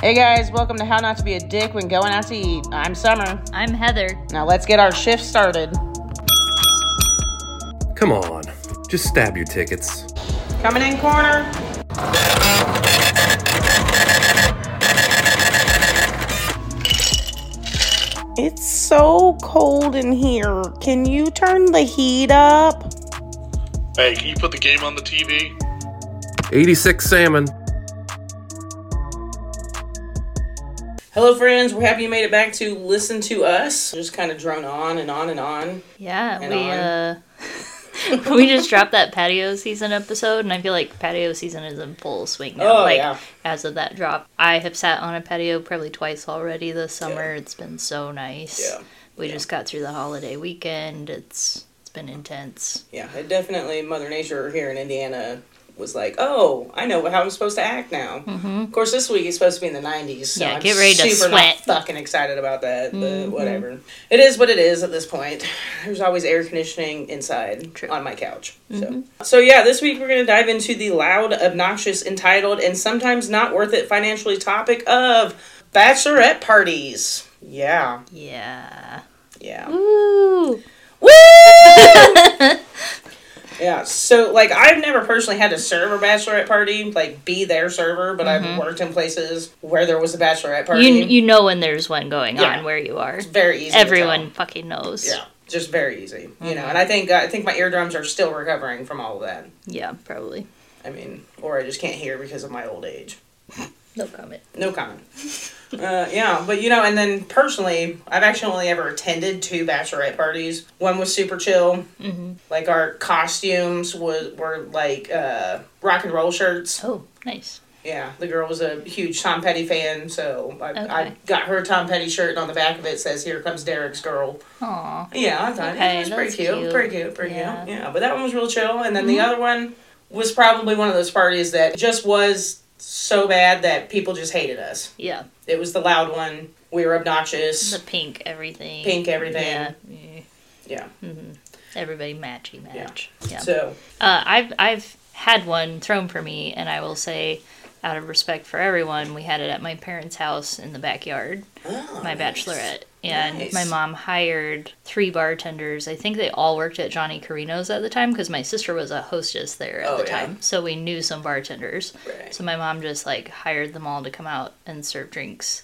Hey guys, welcome to How Not to Be a Dick When Going Out to Eat. I'm Summer. I'm Heather. Now let's get our shift started. Come on, just stab your tickets. Coming in corner. It's so cold in here. Can you turn the heat up? Hey, can you put the game on the TV? 86 salmon. Hello, friends. We're happy you made it back to listen to us. Just kind of drone on and on and on. Yeah, And we uh we just dropped that patio season episode and I feel like patio season is in full swing now. Oh, like yeah. as of that drop. I have sat on a patio probably twice already this summer. It's been so nice. Yeah. We just got through the holiday weekend. It's it's been intense. Yeah, it definitely Mother Nature here in Indiana was like, oh, I know how I'm supposed to act now. Of course, this week is supposed to be in the 90s. So Mm-hmm. Yeah, I'm get ready to super sweat. Mm-hmm. Not fucking excited about that, but whatever. It is what it is at this point. There's always air conditioning inside True. Mm-hmm. on my couch. So, so yeah, this week we're gonna dive into the loud, obnoxious, entitled, and sometimes not worth it financially topic of bachelorette parties. Yeah, Yeah. Mm-hmm. yeah. Woo! Woo! yeah, so like I've never personally had to serve a bachelorette party, like be their server, but I've worked in places where there was a bachelorette party. Mm-hmm. You you know when there's one going Yeah. on where you are. very easy. to Everyone Mm-hmm. fucking knows. tell. Yeah, just very easy. You know, and I think I think my eardrums are still recovering from all of that. Yeah, probably. I mean, or I just can't hear because of my old age. No comment. No comment. Uh, yeah, but you know, and then personally, I've actually only ever attended two bachelorette parties. One was super chill. Mm-hmm. Like our costumes was were like uh, rock and roll shirts. Oh, nice. Yeah, the girl was a huge Tom Petty fan, so I, I Okay. got her a Tom Petty shirt, and on the back of it says "Here comes Derek's girl." Aw. Yeah, I thought Okay, it was pretty that's cute, cute. pretty cute, pretty Yeah. Mm-hmm. cute. Yeah, but that one was real chill, and then the other one was probably one of those parties that just was so bad that people just hated us. Yeah. It was the loud one. We were obnoxious. The pink everything. Pink everything. Yeah. yeah. yeah. Everybody matchy match. Yeah. So uh, I've I've had one thrown for me, and I will say, out of respect for everyone, we had it at my parents' house in the backyard. my bachelorette. And Nice. my mom hired three bartenders. I think they all worked at Johnny Carino's at the time because my sister was a hostess there at Oh, the yeah. time. So we knew some bartenders. Right. So my mom just like hired them all to come out and serve drinks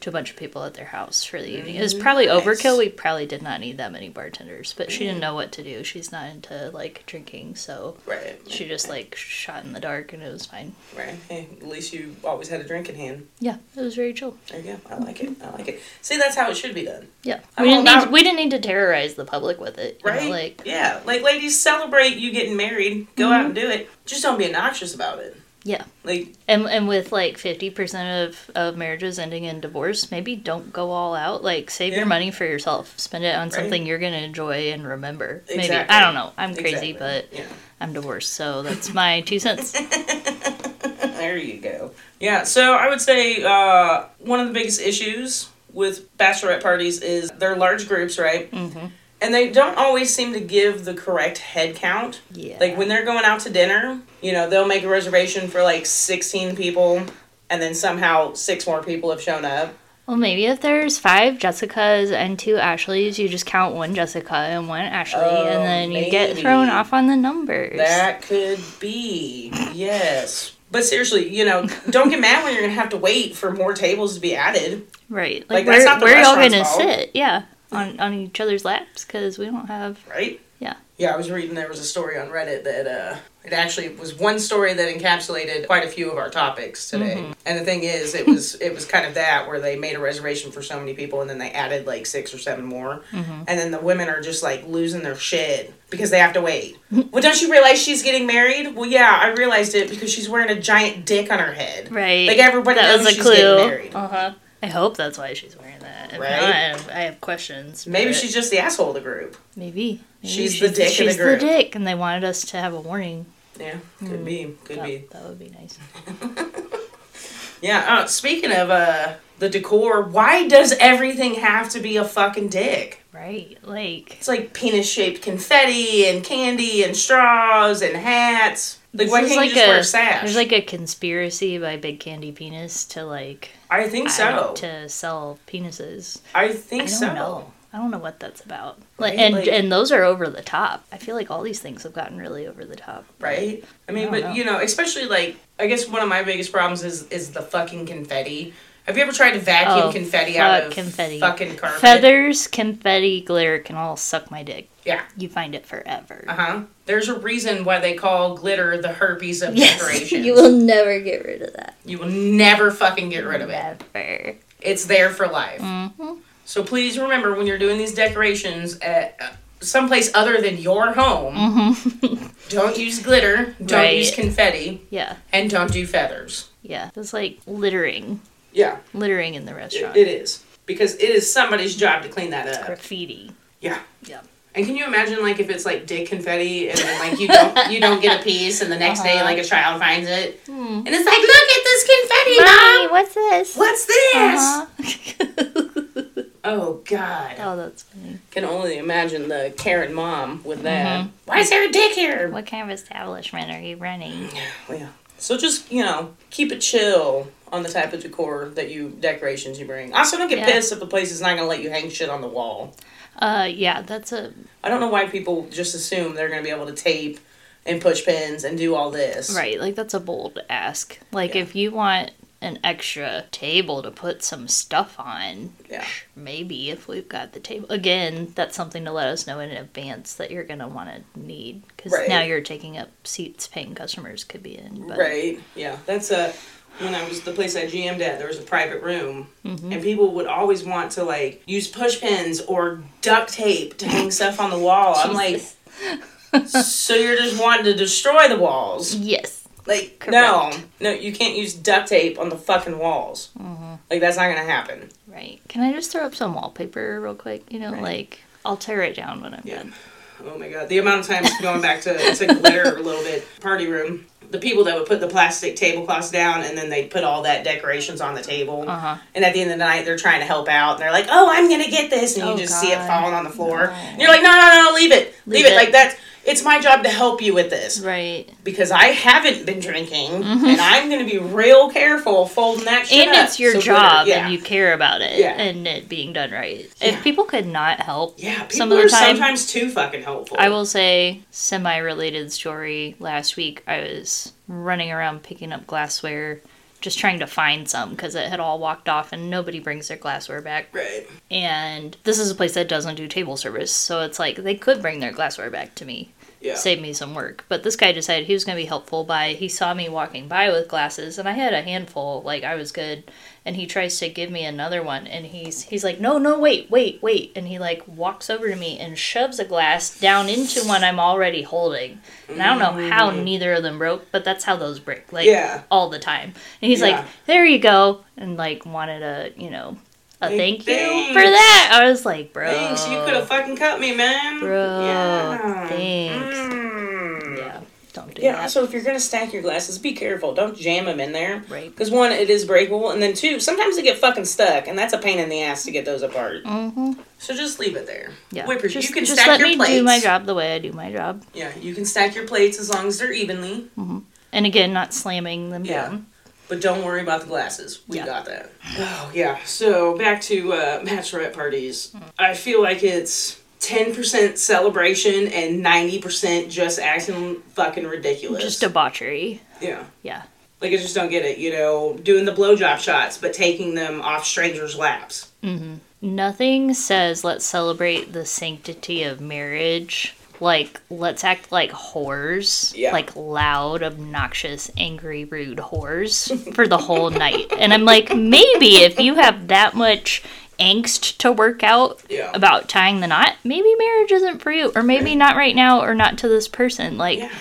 to a bunch of people at their house for the evening. It was Mm, probably overkill. We probably did not need that many bartenders, but she didn't Mm. know what to do. She's not into like drinking, so right, she just like shot in the dark and it was fine. right. Hey, at least you always had a drink in hand. Yeah, it was very chill. There you go. I like it. I like it. See, that's how it should be done, Yeah. I'm We all didn't need about- we didn't need to terrorize the public with it. You know, right? like Mm-hmm. yeah, like ladies, celebrate you getting married. Go out and do it. Just don't be obnoxious about it. Yeah. Like And, and with like 50% of, of marriages ending in divorce, maybe don't go all out. Like, save Yeah. your money for yourself. Spend it on something Right. you're going to enjoy and remember. Maybe. Exactly. I don't know. I'm crazy, exactly. but yeah. I'm divorced. So that's my two cents. There you go. Yeah, so I would say uh, one of the biggest issues with bachelorette parties is they're large groups, right? Mm-hmm. And they don't always seem to give the correct head count. Yeah. Like when they're going out to dinner, you know, they'll make a reservation for like 16 people, and then somehow six more people have shown up. well, maybe if there's five Jessicas and two Ashleys, you just count one Jessica and one Ashley, Oh, and then you get maybe. thrown off on the numbers. That could be, yes. But seriously, you know, don't get mad when you're gonna have to wait for more tables to be added. right. like, Like, that's where, not the where are y'all going to restaurant's fault. sit? Yeah. On, on each other's laps because we don't have. right? Yeah. Yeah, I was reading there was a story on Reddit that uh, it actually was one story that encapsulated quite a few of our topics today. And the thing is, it was it was kind of that where they made a reservation for so many people, and then they added like six or seven more, and then the women are just like losing their shit because they have to wait. well, don't you realize she's getting married? Well, yeah, I realized it because she's wearing a giant dick on her head. Right. Like everybody that knows was a she's clue. getting married. Uh huh. I hope that's why she's wearing that. If Right? not, I have, I have questions. Maybe but she's just the asshole of the group. maybe. Maybe she's the dick of the She's group. dick, and they wanted us to have a warning. Yeah, could Hmm. be, could That, be. that would be nice. Yeah. Uh, speaking of uh, the decor, why does everything have to be a fucking dick? Right? Like, It's like penis shaped confetti and candy and straws and hats. Like, why This can't is you just wear a sash? There's like a conspiracy by Big Candy Penis to like I think so. out to sell penises. I I think don't so. know. I don't know what that's about. Right, Like, and like- and those are over the top. I feel like all these things have gotten really over the top. right? I mean, I don't but know. you know, especially like I guess one of my biggest problems is is the fucking confetti. Have you ever tried to vacuum Oh, confetti out fuck of confetti. fucking carpet? Feathers, confetti, glitter can all suck my dick. Yeah. You find it forever. Uh huh. There's a reason why they call glitter the herpes of Yes, decorations. you will never get rid of that. You will never fucking get rid of it. Never. It's there for life. Mm-hmm. So please remember when you're doing these decorations at uh, someplace other than your home, don't use glitter, don't Mm-hmm. Right. use confetti, Yeah, and don't do feathers. yeah. It's like littering, Yeah, littering in the it- restaurant. it is. Because it is somebody's job to clean that up. Graffiti. Yeah. Yeah. And can you imagine like if it's like dick confetti and then like you don't you don't get a piece and the next day like Uh-huh. a child finds it Hmm. and it's like look at this confetti mom what's this? what's this Uh-huh. oh god oh, that's funny. can only imagine the Karen mom with Mm-hmm. that why is there a dick here What kind of establishment are you running? Well, yeah so just you know keep it chill on the type of decor that you decorations you bring also don't get Yeah. pissed if the place is not gonna let you hang shit on the wall Uh, yeah, that's a I don't know why people just assume they're gonna be able to tape and push pins and do all this right. Like that's a bold ask. Like if you want an extra table to put some stuff on, Yeah. maybe if we've got the table again, that's something to let us know in advance that you're gonna want to need because Right. now you're taking up seats paying customers could be in. But Right. Yeah. That's a when I was the place I GM'd at, there was a private room, Mm-hmm. and people would always want to like use push pins or duct tape to hang stuff on the wall. I'm like, so you're just wanting to destroy the walls? Yes. Like, Correct. no, no, you can't use duct tape on the fucking walls. Mm-hmm. Like that's not gonna happen. Right. Can I just throw up some wallpaper real quick? You know, like I'll tear it down when I'm Yeah. done. Oh my god, the amount of times going back to, to glitter a little bit, party room, the people that would put the plastic tablecloths down and then they'd put all that decorations on the table. Uh-huh. And at the end of the night, they're trying to help out and they're like, oh, I'm going to get this. And you Oh, just see it God. falling on the floor. No. And you're like, no, no, no, leave it. Leave, Leave it. it. Like, that's, it's my job to help you with this Right. because I haven't been drinking and I'm going to be real careful folding that shit Mm-hmm. and up. it's your So glitter, job yeah. and you care about it Yeah. and it being done right Yeah. if people could not help Yeah, people some of the are time sometimes too fucking helpful. i will say semi-related story last week i was running around picking up glassware just trying to find some because it had all walked off and nobody brings their glassware back Right. and this is a place that doesn't do table service so it's like they could bring their glassware back to me Yeah. save me some work. But this guy decided he was going to be helpful by he saw me walking by with glasses and I had a handful, like I was good, and he tries to give me another one and he's he's like, "No, no, wait, wait, wait." And he like walks over to me and shoves a glass down into one I'm already holding. And I don't know how neither of them broke, but that's how those break. Like Mm. Yeah. all the time. And he's Yeah. like, "There you go." And like wanted a, you know, a Like, thank you thanks. for that. I was like, "Bro." Thanks, you could have fucking cut me, man. Bro, Yeah. Um, thanks. Mm. Yeah. Don't do Yeah, that. also if you're gonna stack your glasses, be careful. Don't jam them in there. Right. Because one, it is breakable, and then two, sometimes they get fucking stuck, and that's a pain in the ass to get those apart. Mhm. So just leave it there. Yeah. Whippers, just, you can just stack let your me plates. do my job the way I do my job. Yeah, you can stack your plates as long as they're evenly. And again, not slamming them Yeah. down. But don't worry about the glasses. We Yeah. got that. Oh yeah. So back to uh, bachelorette parties. I feel like it's ten percent celebration and ninety percent just acting fucking ridiculous. Just debauchery. yeah. Yeah. Like I just don't get it, you know, doing the blowjob shots but taking them off strangers' laps. Nothing says let's celebrate the sanctity of marriage. Like, let's act like whores. Yeah. Like loud, obnoxious, angry, rude whores for the whole night. And I'm like, maybe if you have that much angst to work out Yeah. about tying the knot, maybe marriage isn't for you. Or maybe not right now or not to this person. Like, Yeah.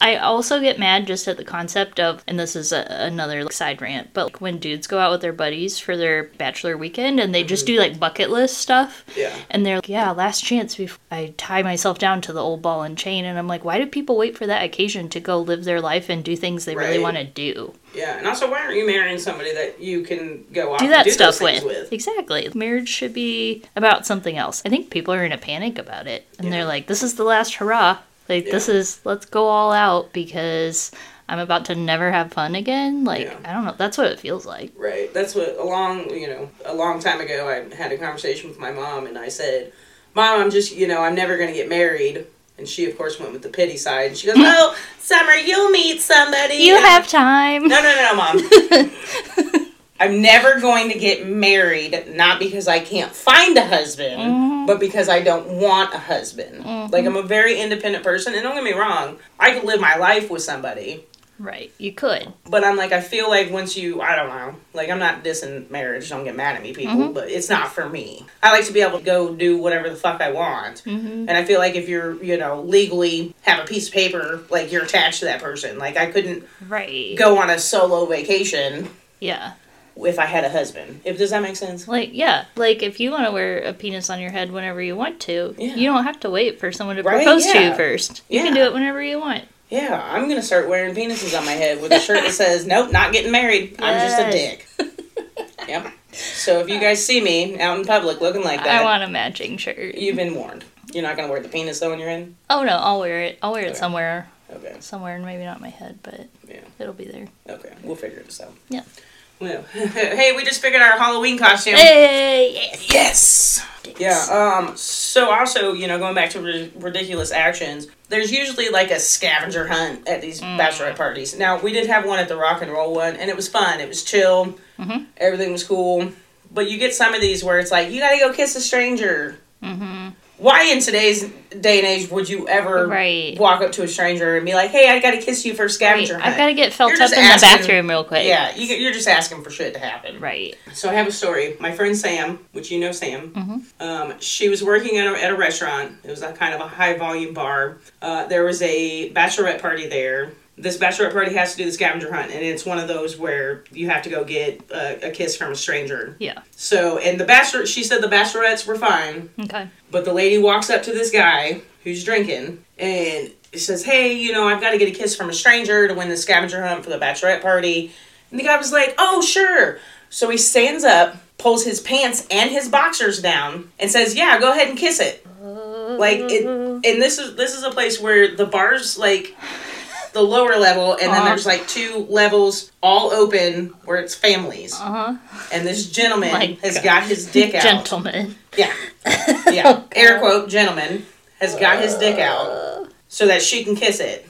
I also get mad just at the concept of, and this is a, another like, side rant, but like, when dudes go out with their buddies for their bachelor weekend and they just do like bucket list stuff, Mm-hmm. Yeah. and they're like, yeah, last chance before I tie myself down to the old ball and chain, and I'm like, why do people wait for that occasion to go live their life and do things they Right. really want to do? Yeah, and also why aren't you marrying somebody that you can go off Do and that do those stuff things with. with? Exactly. Marriage should be about something else. I think people are in a panic about it, and they're like, this is the last hurrah. Like this is let's go all out because I'm about to never have fun again. Like Yeah. I don't know. That's what it feels like. Right. That's what a long, you know, a long time ago I had a conversation with my mom and I said, "Mom, I'm just, you know, I'm never going to get married." And she of course went with the pity side. And she goes, "Oh, Summer, you'll meet somebody." You And- have time. No, no, no, mom. I'm never going to get married, not because I can't find a husband, Mm-hmm. but because I don't want a husband. Like, I'm a very independent person, and don't get me wrong, I could live my life with somebody, Right. You could. but I'm like, I feel like once you, I don't know, like I'm not dissing marriage. Don't get mad at me, people, Mm-hmm. but it's not for me. I like to be able to go do whatever the fuck I want, Mm-hmm. and I feel like if you're, you know, legally have a piece of paper, like you're attached to that person. Like I couldn't Right. go on a solo vacation Yeah. if I had a husband. If does that make sense? Like yeah. Like if you want to wear a penis on your head whenever you want to, Yeah. you don't have to wait for someone to Right? propose to Yeah. you first. You can do Yeah. it whenever you want. Yeah, I'm gonna start wearing penises on my head with a shirt that says "Nope, not getting married. I'm just a Yes. dick." yep. So if you guys see me out in public looking like I that, want a matching shirt. you've been warned. You're not gonna wear the penis though when you're in. Oh no, I'll wear it. I'll wear it somewhere. Okay. Somewhere and maybe not my head, but Yeah. it'll be there. Okay. We'll figure this out. Yeah. Well, hey, we just figured our Halloween costume. Hey, yes. Yes. Yeah. Um. So also, you know, going back to ri- ridiculous actions, there's usually like a scavenger hunt at these Mm. bachelorette parties. Now we did have one at the rock and roll one, and it was fun. It was chill. Mm-hmm. Everything was cool. But you get some of these where it's like you got to go kiss a stranger. Mm-hmm. Why in today's day and age would you ever Right. walk up to a stranger and be like, "Hey, I got to kiss you for a Wait, scavenger hunt"? I've got to get felt You're up just in asking- the bathroom real quick. yeah, you, you're just asking for shit to happen. Right. So I have a story. My friend Sam, which you know Sam, um, she was working at a, at a restaurant. It was a kind of a high volume bar. Uh, there was a bachelorette party there. This bachelorette party has to do the scavenger hunt, and it's one of those where you have to go get a, a kiss from a stranger. Yeah. So, and the bachelor, she said the bachelorettes were fine, Okay. but the lady walks up to this guy who's drinking and says, Hey, you know, I've got to get a kiss from a stranger to win the scavenger hunt for the bachelorette party. And the guy was like, Oh, sure. So he stands up, pulls his pants and his boxers down, and says, Yeah, go ahead and kiss it. Like it and this is this is a place where the bar's like the lower level and Uh-huh. then there's like two levels all open where it's families. Uh huh. And this gentleman My has God. got his dick out. Gentlemen. Yeah. Yeah. Air quote, gentleman has got his dick out so that she can kiss it.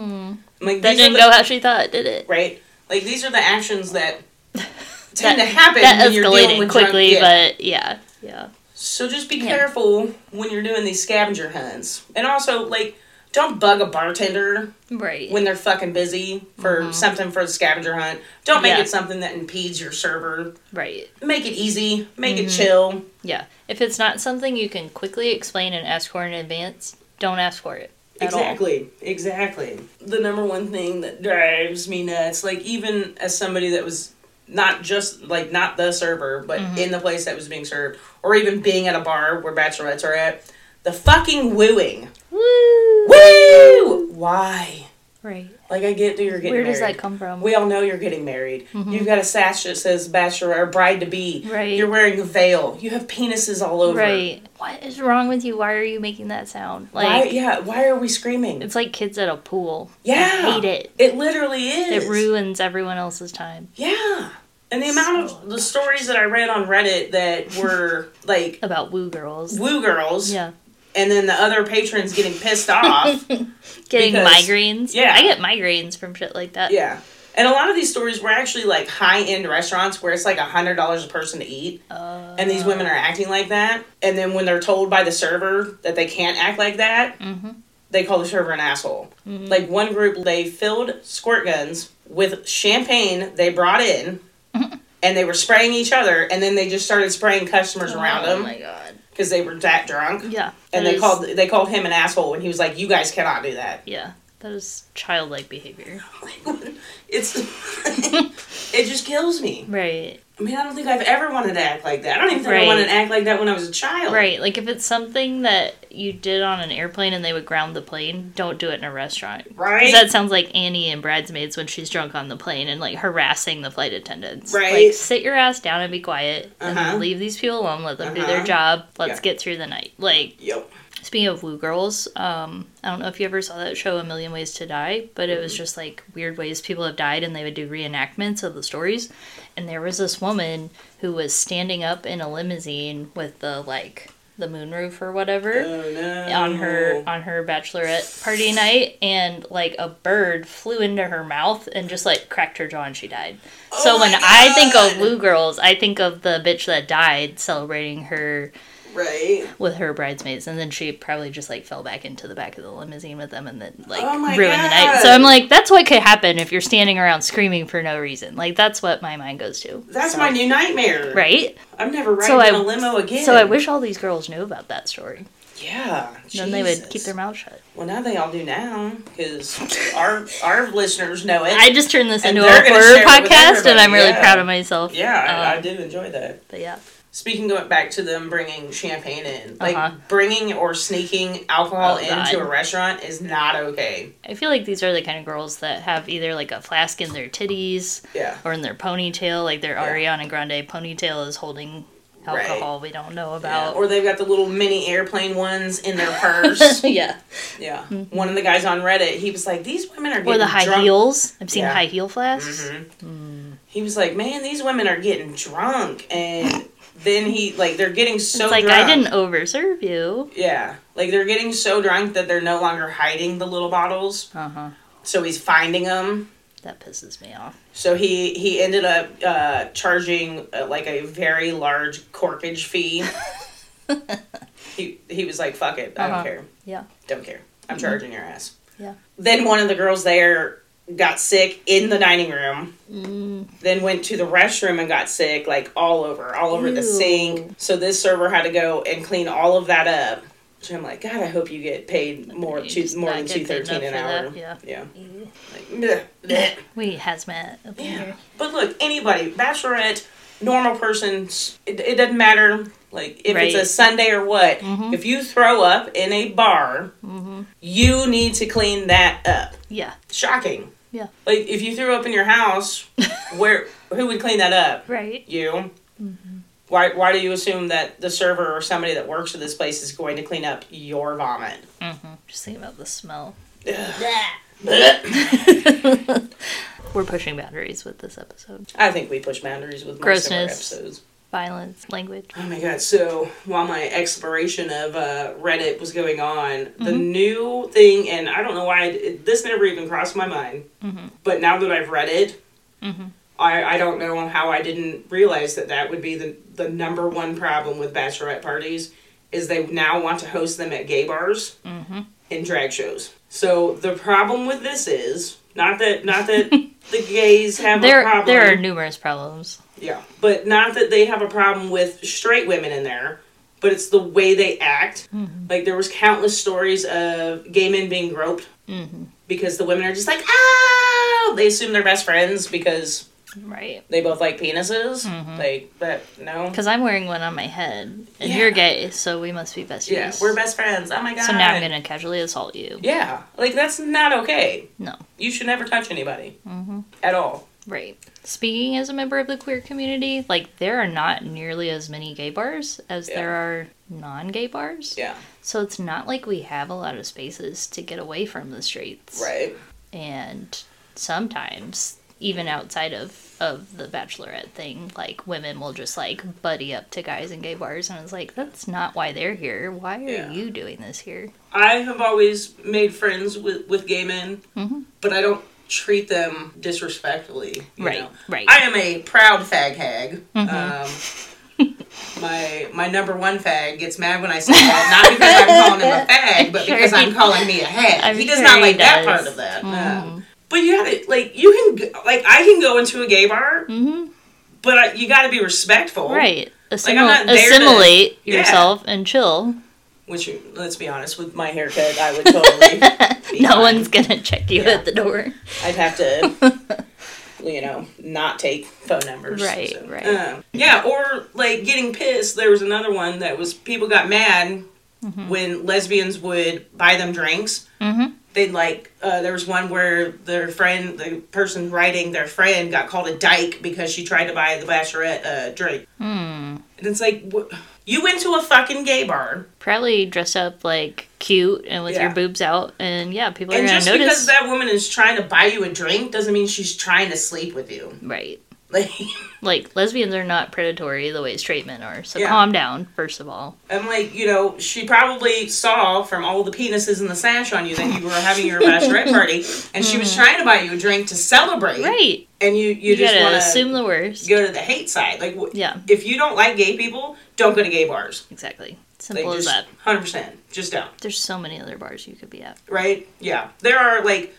I'm Like, That these are didn't the- go how she thought, did it? Right? Like, these are the actions that That- tend to happen That when you're dealing escalated with drunk- quickly, yeah. but yeah. Yeah. So just be Yeah. careful when you're doing these scavenger hunts. And also, like, don't bug a bartender Right. when they're fucking busy for something for the scavenger hunt. Don't make Mm-hmm. Yeah. it something that impedes your server. right. Make it easy. Make Mm-hmm. it chill. Yeah. If it's not something you can quickly explain and ask for in advance, don't ask for it. At all. exactly exactly the number one thing that drives me nuts like even as somebody that was not just like not the server but Mm-hmm. in the place that was being served or even being at a bar where bachelorettes are at the fucking wooing Woo! woo why Right. like i get that you're getting Where does married. that come from? Mm-hmm. we all know you're getting married. You've got a sash that says bachelor or bride to be. Right. You're wearing a veil. You have penises all over. Right. What is wrong with you? Why are you making that sound? Why, Like yeah. Why are we screaming? it's like kids at a pool. yeah. I hate it. It literally is. It ruins everyone else's time. Yeah. And the amount of the stories that I read on Reddit that were like About woo girls. woo girls Yeah. and then the other patrons getting pissed off. Getting Because- migraines. yeah. I get migraines from shit like that. yeah. And a lot of these stories were actually like high end restaurants where it's like $100 a person to eat. and these women are acting like that. And then when they're told by the server that they can't act like that, they call the server an asshole. Like one group, they filled squirt guns with champagne they brought in. And they were spraying each other, and then they just started spraying customers around Oh them my god. because they were that drunk. Yeah. And That they is- called they called him an asshole, and he was like, "You guys cannot do that." Yeah. That is childlike behavior. It's it just kills me. Right. I mean, I don't think I've ever wanted to act like that. I don't even think I Right. wanted to act like that when I was a child. Right. Like if it's something that you did on an airplane and they would ground the plane, don't do it in a restaurant. Right. 'Cause that sounds like Annie and Bridesmaids when she's drunk on the plane and like harassing the flight attendants. Right. Like sit your ass down and be quiet Uh-huh. and leave these people alone. Let them do their Uh-huh. job. Let's Yeah. get through the night. Like Yep. Speaking of Woo Girls, um, I don't know if you ever saw that show A Million Ways to Die, but it was Mm-hmm. just like weird ways people have died and they would do reenactments of the stories. And there was this woman who was standing up in a limousine with the like the moonroof or whatever Oh no. on her Oh. on her bachelorette party night and like a bird flew into her mouth and just like cracked her jaw and she died. so Oh my when I think God. of Woo Girls, I think of the bitch that died celebrating her Right. with her bridesmaids, and then she probably just like fell back into the back of the limousine with them, and then like Oh my ruined the night. So God. I'm like, that's what could happen if you're standing around screaming for no reason. Like that's what my mind goes to. That's So- my new nightmare. right. I'm never riding So I- in a limo again. So I wish all these girls knew about that story. Yeah. Then they would keep Jesus. their mouth shut. Well, now they all do now because our our listeners know it. I just turned this And into they're a gonna horror share it with podcast, and everybody, I'm really yeah. proud of myself. yeah, I, I Um, did enjoy that. But yeah, Speaking of back to them bringing champagne in, like Uh-huh. bringing or sneaking alcohol Oh, God. into a restaurant is not okay. I feel like these are the kind of girls that have either like a flask in their titties Yeah. or in their ponytail, like their Ariana Grande ponytail is holding Right. alcohol we don't know Yeah, about. Or they've got the little mini airplane ones in their purse. yeah. yeah. One of the guys on Reddit, he was like, "These women are getting Or the high drunk." heels. I've seen Yeah. Mm-hmm. high heel flasks. He was like, "Man, these women are getting drunk," and then he like they're getting so It's like drunk. I didn't overserve you. Yeah, like they're getting so drunk that they're no longer hiding the little bottles. Uh huh. So he's finding them. That pisses me off. So he he ended up uh, charging uh, like a very large corkage fee. he he was like, "Fuck it, I Uh-huh. don't care, Yeah. don't care. I'm charging your ass." Yeah. Then one of the girls there got sick in the dining room. Mm, Then went to the restroom and got sick, like all over, all over the Ew. sink. So this server had to go and clean all of that up. Which I'm like, God, I hope you get paid more, you two, just more not than get two paid thirteen an enough for hour. that, yeah. Like, bleh, bleh. we need hazmat up in Yeah. here. But look, anybody, bachelorette, normal person, it, it doesn't matter. Like if it's a Right. Sunday or what, if you throw up in a bar, you need to clean that up. Yeah. Shocking. Yeah. Like if you threw up in your house, where who would clean that up? Right. you. Why, why do you assume that the server or somebody that works at this place is going to clean up your vomit? Just think about the smell. I We're pushing boundaries with this episode. think we push boundaries with most of our Grossness. episodes. Violence, language. Oh my god, so while my exploration of uh, Reddit was going on, the Mm-hmm. new thing, and I don't know why it, this never even crossed my mind, Mm-hmm. but now that I've read it, I, I don't know how I didn't realize that that would be the, the number one problem with bachelorette parties is they now want to host them at gay bars Mm-hmm. and drag shows. So the problem with this is not that not that the gays have a There, problem. there are numerous problems. Yeah. But not that they have a problem with straight women in there, but it's the way they act. Mm-hmm. Like there was countless stories of gay men being groped Mm-hmm. because the women are just like, ah, they assume they're best friends because Right. they both like penises. Mm-hmm. Like that, no. Because I'm wearing one on my head, and Yeah. you're gay, so we must be besties. Yeah, we're best friends. Oh my god. So now I'm gonna casually assault you. Yeah, like that's not okay. No. You should never touch anybody Mm-hmm. at all. Right. Speaking as a member of the queer community, like there are not nearly as many gay bars as Yeah. there are non gay bars. Yeah, So it's not like we have a lot of spaces to get away from the streets. right. And sometimes even outside of of the bachelorette thing, like women will just like buddy up to guys in gay bars and it's like that's not why they're here. Why are Yeah. you doing this here? I have always made friends with, with gay men, Mm-hmm. but I don't treat them disrespectfully. you Right, know. right. Mm-hmm. I am a proud fag hag. Um, my my number one fag gets mad when I say that, not because I'm calling him a fag, but Sure because I'm he- calling me a hag. I'm Mm-hmm. he does sure not he like that does. part of that. Um, but you gotta like you can g- like I can go into a gay bar, but I, you gotta be respectful, Mm-hmm. Right. I'm Assimil- not there to- assimilate Yeah. yourself and chill. Which you- let's be honest, with my haircut, I would totally. be No fine. one's gonna check you at the door. I'd have to. you know, not take phone numbers. Right, So, right. um, yeah, or like getting pissed. There was another one that was people got mad Mm-hmm. when lesbians would buy them drinks. They'd like, uh, there was one where their friend, the person writing their friend, got called a dyke because she tried to buy the bachelorette a drink. Hmm. And it's like, wh- you went to a fucking gay bar. Probably dress up like cute and with Yeah. your boobs out, and yeah, people are And gonna just because notice. that woman is trying to buy you a drink doesn't mean she's trying to sleep with you. right. Like, Like lesbians are not predatory the way straight men are. So Yeah. calm down, first of all. I'm like, you know, she probably saw from all the penises in the sash on you that you were having your bachelorette party, and she was trying to buy you a drink to celebrate. Mm. Right. And you, you, You, just gotta want to assume the worst. go to the hate side. Like, wh- Yeah. if you don't like gay people, don't go to gay bars. Exactly. Like, Simple as just that. 100%. Just don't. There's so many other bars you could be at. Right? Yeah. There are, like,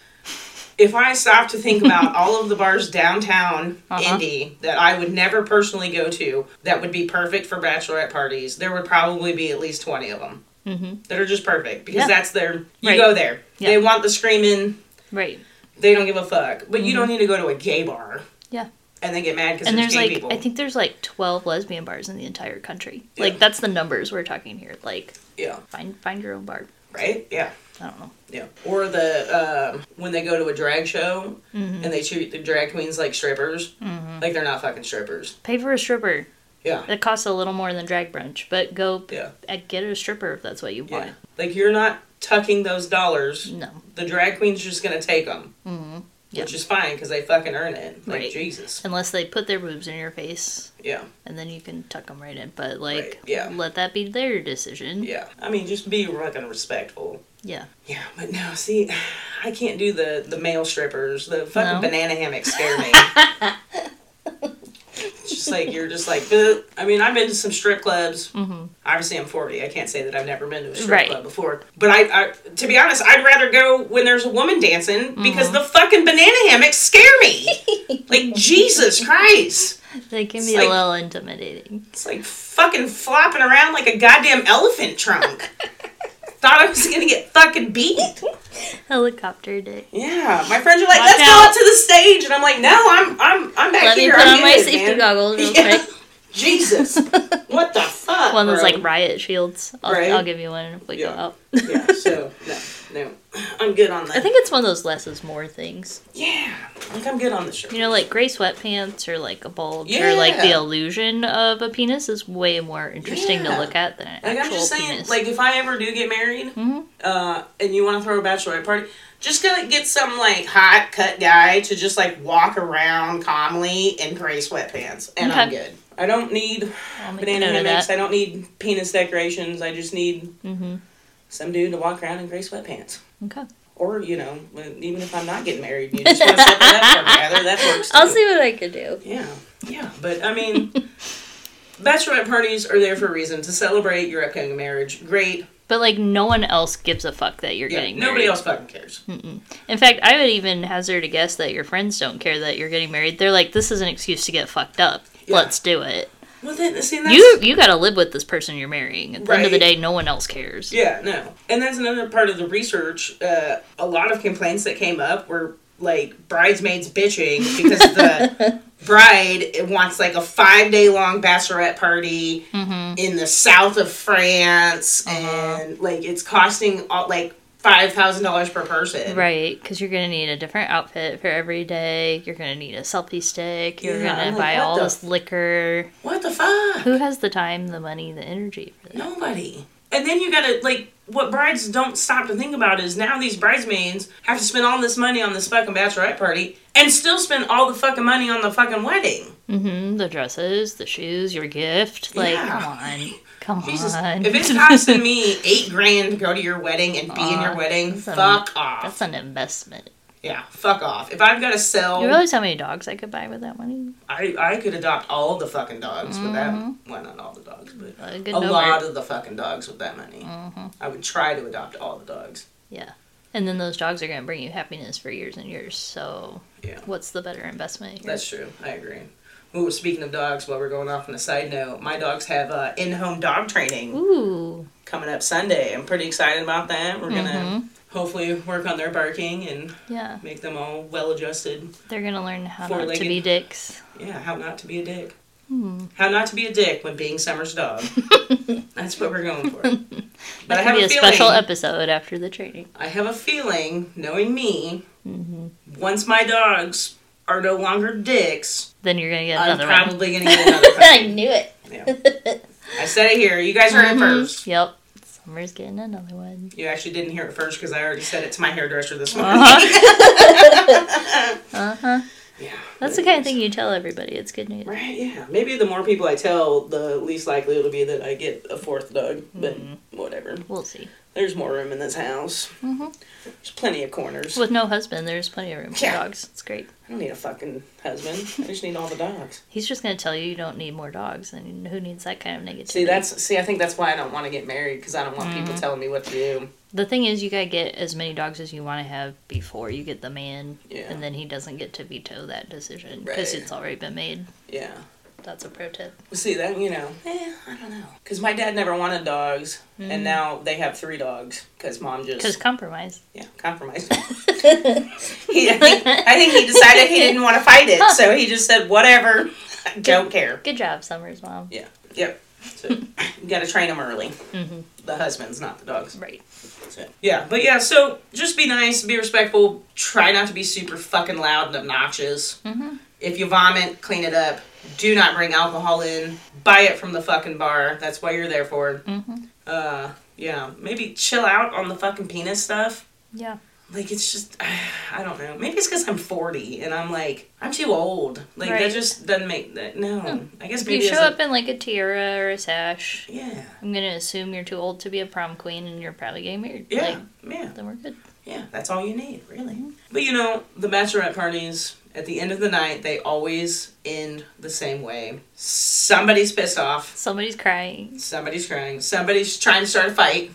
if I stop to think about all of the bars downtown Uh-huh. Indy that I would never personally go to that would be perfect for bachelorette parties, there would probably be at least 20 of them. Mhm. that are just perfect because Yeah. that's their you Right. go there. Yeah. They want the screaming. Right. They don't give a fuck. But you don't need to go to a gay bar. Yeah. And then get mad because Mm-hmm. And there's, there's gay like people. I think there's like 12 lesbian bars in the entire country. Like that's the numbers we're talking here. Like yeah. find find your own bar. Right. Yeah. I don't know. Yeah. Or the um when they go to a drag show Mm-hmm. and they treat the drag queens like strippers, like they're not fucking strippers. Pay for a stripper. Yeah. That costs a little more than drag brunch, but go p- Yeah. uh, get a stripper if that's what you Yeah. want. Like you're not tucking those dollars. No. The drag queen's just gonna take them, Mm-hmm. Yeah. which is fine because they fucking earn it. Like Right. Jesus. Unless they put their boobs in your face Yeah. and then you can tuck them right in. But like Right, yeah. let that be their decision. Yeah. I mean, just be fucking respectful. Yeah. Yeah, but no, see, I can't do the the male strippers. The fucking No? banana hammocks scare me. It's just like you're just like. "Bleh." I mean, I've been to some strip clubs. Mm-hmm. Obviously, I'm 40. I can't say that I've never been to a strip Right. club before. But I, I, to be honest, I'd rather go when there's a woman dancing Mm-hmm. because the fucking banana hammocks scare me. like Jesus Christ, They can It's be like- a little intimidating. it's like fucking flopping around like a goddamn elephant trunk. Thought I was gonna get fucking beat. Helicopter dick. Yeah, my friends are like, Watch let's go out." out to the stage, and I'm like, no, I'm I'm I'm back Let me here. put I'm on my muted, safety man." goggles real Yeah. quick. Jesus, what the fuck? One that's bro? like riot shields. I'll, Right? I'll give you one if we go Yeah. up. yeah, so no, no, I'm good on that. I think it's one of those less is more things. yeah, I think I'm good on the show. You know, like gray sweatpants or like a bulge or like the Yeah. illusion of a penis is way more interesting Yeah. to look at than an Like I'm actual just saying, penis. Mm-hmm. like if I ever do get married, uh, and you want to throw a bachelorette party, just go like, get some like hot cut guy to just like walk around calmly in gray sweatpants, and I'm Okay. good. I don't need I'll make a banana note of hammocks. that. I don't need penis decorations. I just need Mm-hmm. some dude to walk around in gray sweatpants. Okay. Or you know, when- even if I'm not getting married, you just want to set that up together. That works. I'll too. see what I can do. Yeah, yeah, but I mean, bachelorette parties are there for a reason to celebrate your upcoming marriage. Great. But like no one else gives a fuck that you're Yeah, getting married. Hmm. nobody else fucking cares. In fact, I would even hazard a guess that your friends don't care that you're getting married. They're like, this is an excuse to get fucked up. Yeah. Let's do it. Well, then, see, that's, You you got to live with this person you're marrying. At the end of the Right. day, no one else cares. Yeah, no. And that's another part of the research. Uh, a lot of complaints that came up were like bridesmaids bitching because the bride wants like a five day long bachelorette party in the south of France and like it's costing all, like $5,000 per person. Right, because you're gonna need a different outfit for every day. You're gonna need a selfie stick. You're Yeah, I'm gonna like, buy what all the this liquor. What the fuck? Who has the time, the money, the energy for that? Nobody. And then you gotta like what brides don't stop to think about is now these bridesmaids have to spend all this money on this fucking bachelorette party and still spend all the fucking money on the fucking wedding. hmm The dresses, the shoes, your gift. Like, Yeah. come on, come Jesus, on. if it's costing me eight grand to go to your wedding and be in your Aw, wedding, a- fuck off. That's an investment. Yeah, fuck off. If I've got to sell, You realize how many dogs I could buy with that money? I I could adopt all the fucking dogs with that. Well, not all the dogs, but Mm-hmm. A good a number. Mm-hmm. lot of the fucking dogs with that money. I would try to adopt all the dogs. Yeah. And then those dogs are gonna bring you happiness for years and years. So, Yeah. what's the better investment? Here? That's true. I agree. Ooh, speaking of dogs, while we're going off on a side note, my dogs have uh, in-home dog training Ooh, Mm-hmm. coming up Sunday. I'm pretty excited about that. We're gonna hopefully work on their barking and Yeah. make them all well adjusted. They're going to learn how not to Four-legged. be dicks. Yeah, how not to be a dick. Hmm. How not to be a dick when being Summer's dog. That's what we're going for. But That I could have be a, a feeling. special episode after the training. I have a feeling, knowing me, Mm-hmm. once my dogs are no longer dicks, Then you're going to get I'm another one. probably gonna get another. I knew it. I said it here. You guys heard it Mm-hmm. first. Yep. Summer's getting another one. You actually didn't hear it first because I already said it to my hairdresser this morning. Uh-huh. uh-huh. Yeah, That's the kind of thing you tell everybody. It's good news. Right? Yeah. Maybe the more people I tell, the least likely it'll be that I get a fourth dog. But Mm-hmm. whatever. We'll see. There's more room in this house. Mm-hmm. There's plenty of corners. With no husband, there's plenty of room for Yeah. dogs. It's great. I don't need a fucking husband. I just need all the dogs. He's just going to tell you you don't need more dogs, and who needs that kind of negativity? See, that's see. I think that's why I don't want to get married because I don't want Mm-hmm. people telling me what to do. the thing is you gotta get as many dogs as you want to have before you get the man, Yeah. and then he doesn't get to veto that decision because Right. it's already been made. Yeah. That's a pro tip. See that you know. Eh, I don't know. Because my dad never wanted dogs, Mm-hmm. and now they have three dogs because mom just Because compromise. yeah compromised. he, I, think, I think he decided he didn't want to fight it, so he just said whatever. I don't care. Good job, Summers mom. Yeah. Yep. So you got to train them early. The husbands, not the dogs. Right. So, yeah, but yeah, so just be nice, be respectful, try not to be super fucking loud and obnoxious. If you vomit, clean it up. Do not bring alcohol in. Buy it from the fucking bar. That's what you're there for. Uh, yeah, maybe chill out on the fucking penis stuff. Yeah. Like it's just, I don't know. Maybe it's because I'm 40 and I'm like, I'm too old. Like Right. that just doesn't make that. No, I guess If you maybe. as show a- up in like a tiara or a sash, yeah, I'm gonna assume you're too old to be a prom queen, and you're probably getting married. yeah, Like, yeah. then we're good. Yeah, that's all you need, really. Mm-hmm. But you know, the bachelorette parties, at the end of the night, they always end the same way. Somebody's pissed off, Somebody's crying. somebody's crying, somebody's trying to start a fight,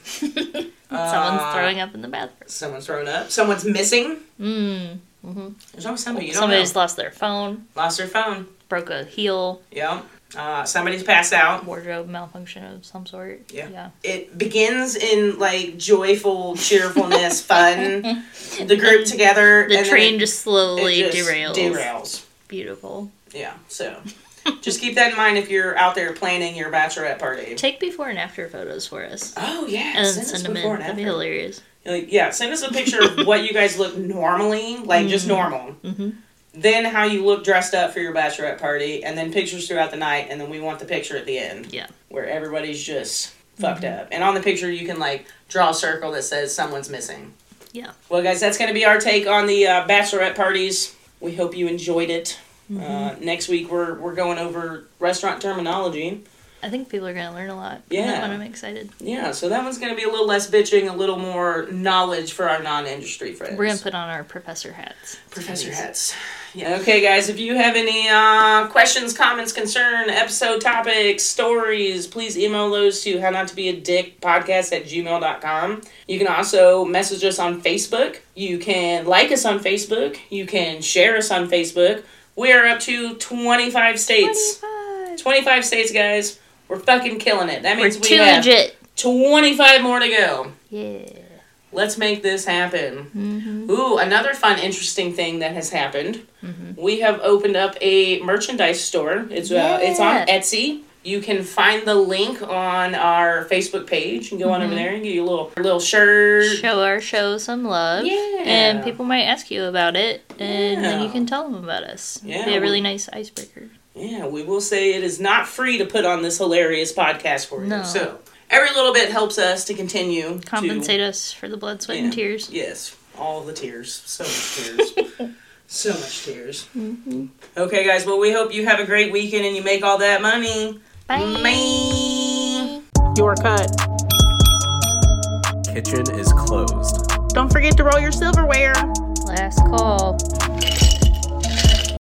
Uh, Someone's throwing up in the bathroom. someone's thrown up, someone's missing. Mm. There's always somebody you don't Somebody's know. lost their phone, Lost their phone. broke a heel, Yep. Uh, somebody's passed out. wardrobe malfunction of some sort. Yeah. Yeah. It begins in like joyful cheerfulness, fun, the group together. The and then train it- just it slowly just derails. Derails. Beautiful. Yeah, so just keep that in mind if you're out there planning your bachelorette party. Take before and after photos for us. Oh yeah, And send, send us them in. before and That'd be after. hilarious. Like, yeah, send us a picture of what you guys look normally, like just Mm-hmm. normal. Then how you look dressed up for your bachelorette party, and then pictures throughout the night, and then we want the picture at the end Yeah. where everybody's just fucked Mm-hmm. up. And on the picture, you can like draw a circle that says someone's missing. Yeah. Well, guys, that's going to be our take on the uh, bachelorette parties. We hope you enjoyed it. Uh, next week, we're we're going over restaurant terminology. I think people are going to learn a lot. from Yeah. That one I'm excited. Yeah, so that one's going to be a little less bitching, a little more knowledge for our non-industry friends. We're going to put on our professor hats. Professor Hats. Yeah. Okay, guys, if you have any uh, questions, comments, concern, episode topics, stories, please email those to how not to be a dick podcast at gmail.com. You can also message us on Facebook. You can like us on Facebook. You can share us on Facebook. We are up to 25 states. 25, states, guys. We're fucking killing it. That We're means too we have legit. 25 more to go. Yeah. Let's make this happen. Mm-hmm. Ooh, another fun, interesting thing that has happened. Mm-hmm. We have opened up a merchandise store. It's uh, it's on Yeah. Etsy. You can find the link on our Facebook page. You can go on Mm-hmm. over there and get your little little shirt. Show our show some love. Yeah. And people might ask you about it, and then you Yeah. can tell them about us. Yeah, Be a really we- nice icebreaker. Yeah, we will say it is not free to put on this hilarious podcast for you. No. So every little bit helps us to continue to- Compensate us for the blood, sweat, Yeah. and tears. Yes, all the tears. So much tears. so much tears. Okay, guys. Well, we hope you have a great weekend and you make all that money. Bye. Your cut. Kitchen is closed. Don't forget to roll your silverware. Last call.